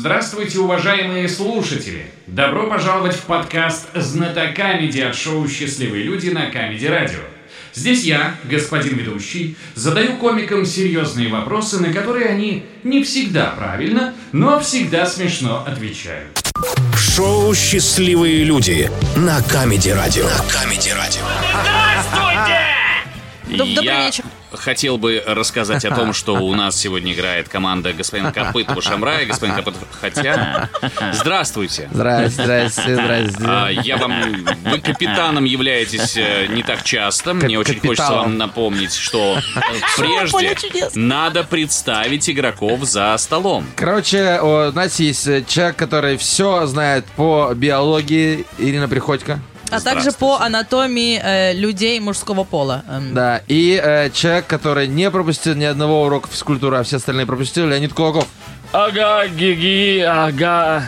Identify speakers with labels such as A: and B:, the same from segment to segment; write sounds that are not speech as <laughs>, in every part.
A: Здравствуйте, уважаемые слушатели! Добро пожаловать в подкаст «Знатокамеди» от шоу «Счастливые люди» на Камеди Радио. Здесь я, господин ведущий, задаю комикам серьезные вопросы, на которые они не всегда правильно, но всегда смешно отвечают.
B: Шоу «Счастливые люди» на Камеди Радио. На Камеди Радио.
C: Доб- добрый
D: Я
C: вечер.
D: хотел бы рассказать о том, что у нас сегодня играет команда господин Копытова Шамрая, господин Копытов Хотя. Здравствуйте.
E: Здрасте, <laughs> здрасте, здрасте.
D: А, Я вам... Вы капитаном являетесь э, не так часто. Мне очень хочется
E: капиталом.
D: вам напомнить, что э,
C: поле
D: прежде
C: чудес.
D: надо представить игроков за столом.
E: Короче, у нас есть э, человек, который все знает по биологии. Ирина Приходько.
C: А также по анатомии э, людей мужского пола. Эм,
E: Да. И э, человек, который не пропустил ни одного урока физкультуры, а все остальные пропустил, Леонид Кулаков.
F: Ага, гиги, ага.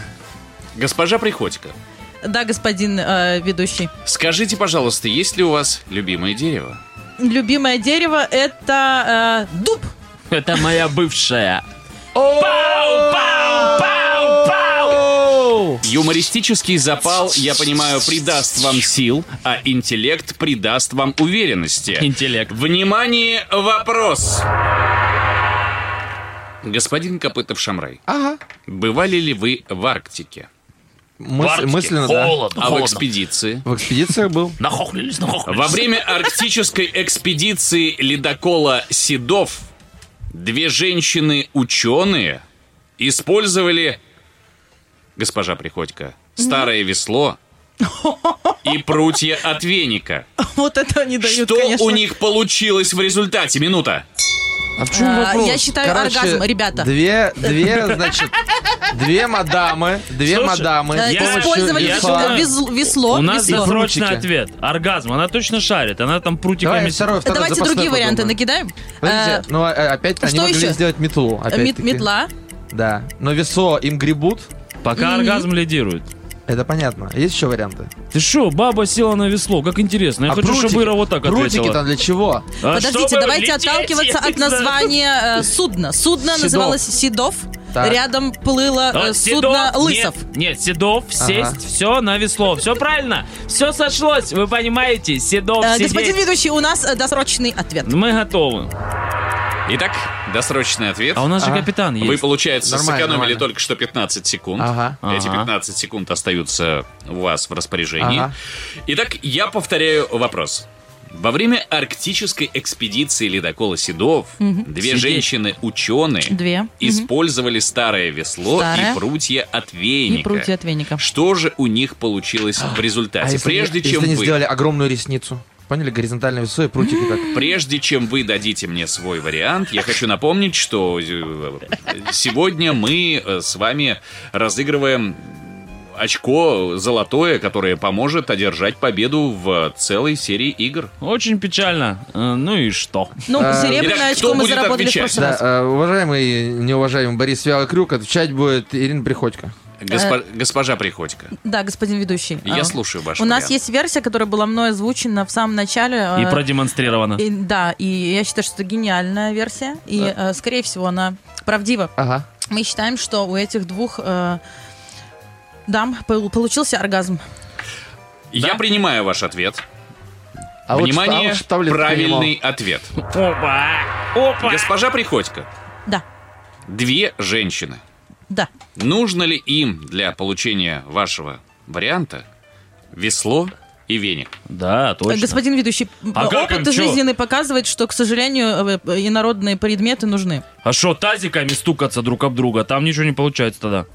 D: Госпожа Приходько,
C: Да, господин э, ведущий.
D: скажите, пожалуйста, есть ли у вас любимое дерево?
C: Любимое дерево это э, дуб. <laughs>
F: Это моя бывшая. Пау, пау, пау, пау.
D: Юмористический запал, я понимаю, придаст вам сил, а интеллект придаст вам уверенности.
F: Интеллект.
D: Внимание, вопрос! Господин Копытов Шамрай,
E: Ага.
D: бывали ли вы в Арктике?
E: Мыс- мысленно, да.
F: холодно,
D: А в
F: холодно.
D: экспедиции?
E: В экспедициях был.
F: Нахохлились, нахохлились.
D: Во время арктической экспедиции ледокола Седов две женщины-ученые использовали, госпожа Приходько, старое весло и прутья от веника.
C: Вот это они дают,
D: Что
C: конечно.
D: у них получилось в результате? Минута.
E: А в чем
C: А,
E: вопрос?
C: я считаю оргазм, ребята.
E: Две, две, значит, две мадамы, две
F: Слушай,
E: мадамы.
C: Э,
E: с
F: я-
E: помощью
C: Использовали
F: я
C: вез-
E: весла.
F: знаю.
C: вез- весло.
F: У нас
C: весло.
F: срочный
E: Ручки.
F: ответ. Оргазм. Она точно шарит. Она там прутиками...
E: Давай второй, второй,
C: Давайте
E: запасной
C: другие варианты
E: подумаем.
C: накидаем. Э,
E: Подождите, ну а, а, опять они
C: что
E: могли
C: еще?
E: сделать метлу.
C: Э, мет-
E: опять-таки.
F: А
C: метла.
E: Да. Но весо им гребут,
F: Пока оргазм лидирует.
E: это понятно. Есть еще варианты?
F: Ты шо, баба села на весло, как интересно. Я
E: А
F: хочу, чтобы
E: прутики-
F: Ира вот так
E: Прутики
F: ответила.
E: там для чего?
F: А
C: Подождите,
F: чтобы
C: давайте
F: лететь,
C: отталкиваться
F: я
C: от
F: не знаю.
C: названия э, судна. Судно
E: Седов.
C: называлось Седов.
E: Так.
C: Рядом плыло
F: А,
C: э,
F: Седов,
C: судно
F: нет,
C: Лысов.
F: Нет, Седов, сесть, все на весло. Все правильно. Все сошлось, вы понимаете. Седов,
C: Э,
F: сидеть.
C: господин ведущий, у нас э, досрочный ответ.
F: Мы готовы.
D: Итак, досрочный ответ.
F: А у нас же
E: Ага.
F: капитан есть.
D: Вы, получается,
E: Нормально,
D: сэкономили
E: нормально.
D: только что 15 секунд.
E: Ага.
D: Эти
F: Ага.
D: 15 секунд остаются у вас в распоряжении.
E: Ага.
D: Итак, я повторяю вопрос. Во время арктической экспедиции ледокола Седов две
F: Сидеть.
D: женщины-ученые
C: Две.
D: использовали старое весло
C: Старое.
D: и прутья от веника.
C: И прутья от веника.
D: Что же у них получилось в
F: А
D: результате?
E: А, если,
D: прежде,
E: если
D: чем
E: они
D: вы,
E: сделали огромную ресницу? Поняли, горизонтальное весо и прутики
F: <clears throat>
E: так.
D: прежде чем вы дадите мне свой вариант, я хочу напомнить, что э, сегодня мы э, с вами разыгрываем очко золотое, которое поможет одержать победу в целой серии игр.
F: Очень печально. Э, Ну и что?
C: Ну, серебряное
D: Итак, Э, кто
C: очко мы
D: будет
C: заработали в
D: отвечать?
C: прошлый
E: Да,
C: раз.
E: э, уважаемый и неуважаемый Борис Вялокрюк, отвечать будет Ирина Приходько.
D: Госпо- Госпожа Приходько,
C: Да, господин ведущий.
D: я
C: Э, А,
D: слушаю ваш
C: У нас
D: вариант.
C: есть версия, которая была мной озвучена в самом начале.
F: И
C: э,
F: продемонстрировано.
C: и- да, и я считаю, что это гениальная версия. И, э, скорее всего, она правдива.
E: Ага.
C: Мы считаем, что у этих двух э, дам пол- получился оргазм.
D: Я принимаю ваш ответ.
E: А вот что- а
D: Внимание,
E: вот что в лес
D: правильный ответ.
F: Опа! Опа!
D: Госпожа Приходько,
C: Да,
D: две женщины.
C: да.
D: Нужно ли им для получения вашего варианта весло и веник?
F: Да, точно.
C: Господин ведущий,
F: А
C: э,
F: как
C: опыт
F: им, чё?
C: жизненный показывает, что, к сожалению, э, э, инородные предметы нужны.
F: А что, тазиками стукаться друг об друга? Там ничего не получается тогда.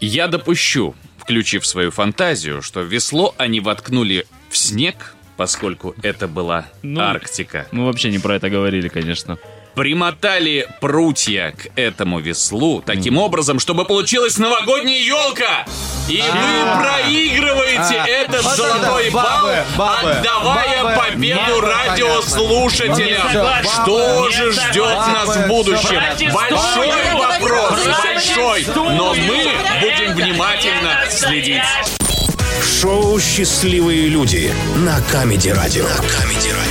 D: Я допущу, включив свою фантазию, что весло они воткнули в снег, поскольку это была
F: Ну.
D: Арктика.
F: Мы вообще не про это говорили, конечно.
D: Примотали прутья к этому веслу таким образом, чтобы получилась новогодняя елка! И вы проигрываете этот
E: А. Вот это
D: золотой балл,
E: бабы, бабы,
D: отдавая
E: бабы,
D: победу
E: бабы, Ну,
D: радиослушателям.
E: понятно. Вот не
D: Что
F: согласен.
D: же
F: Не
D: ждет
F: согласен.
D: нас
E: Бабы,
D: в будущем?
E: всё
F: понятно.
D: Большой
F: Я говорю,
D: вопрос,
C: слушай,
D: большой,
F: слушай,
D: но мы
F: слушай.
D: будем внимательно следить.
B: Шоу «Счастливые люди» на Камеди Радио. На Камеди Радио.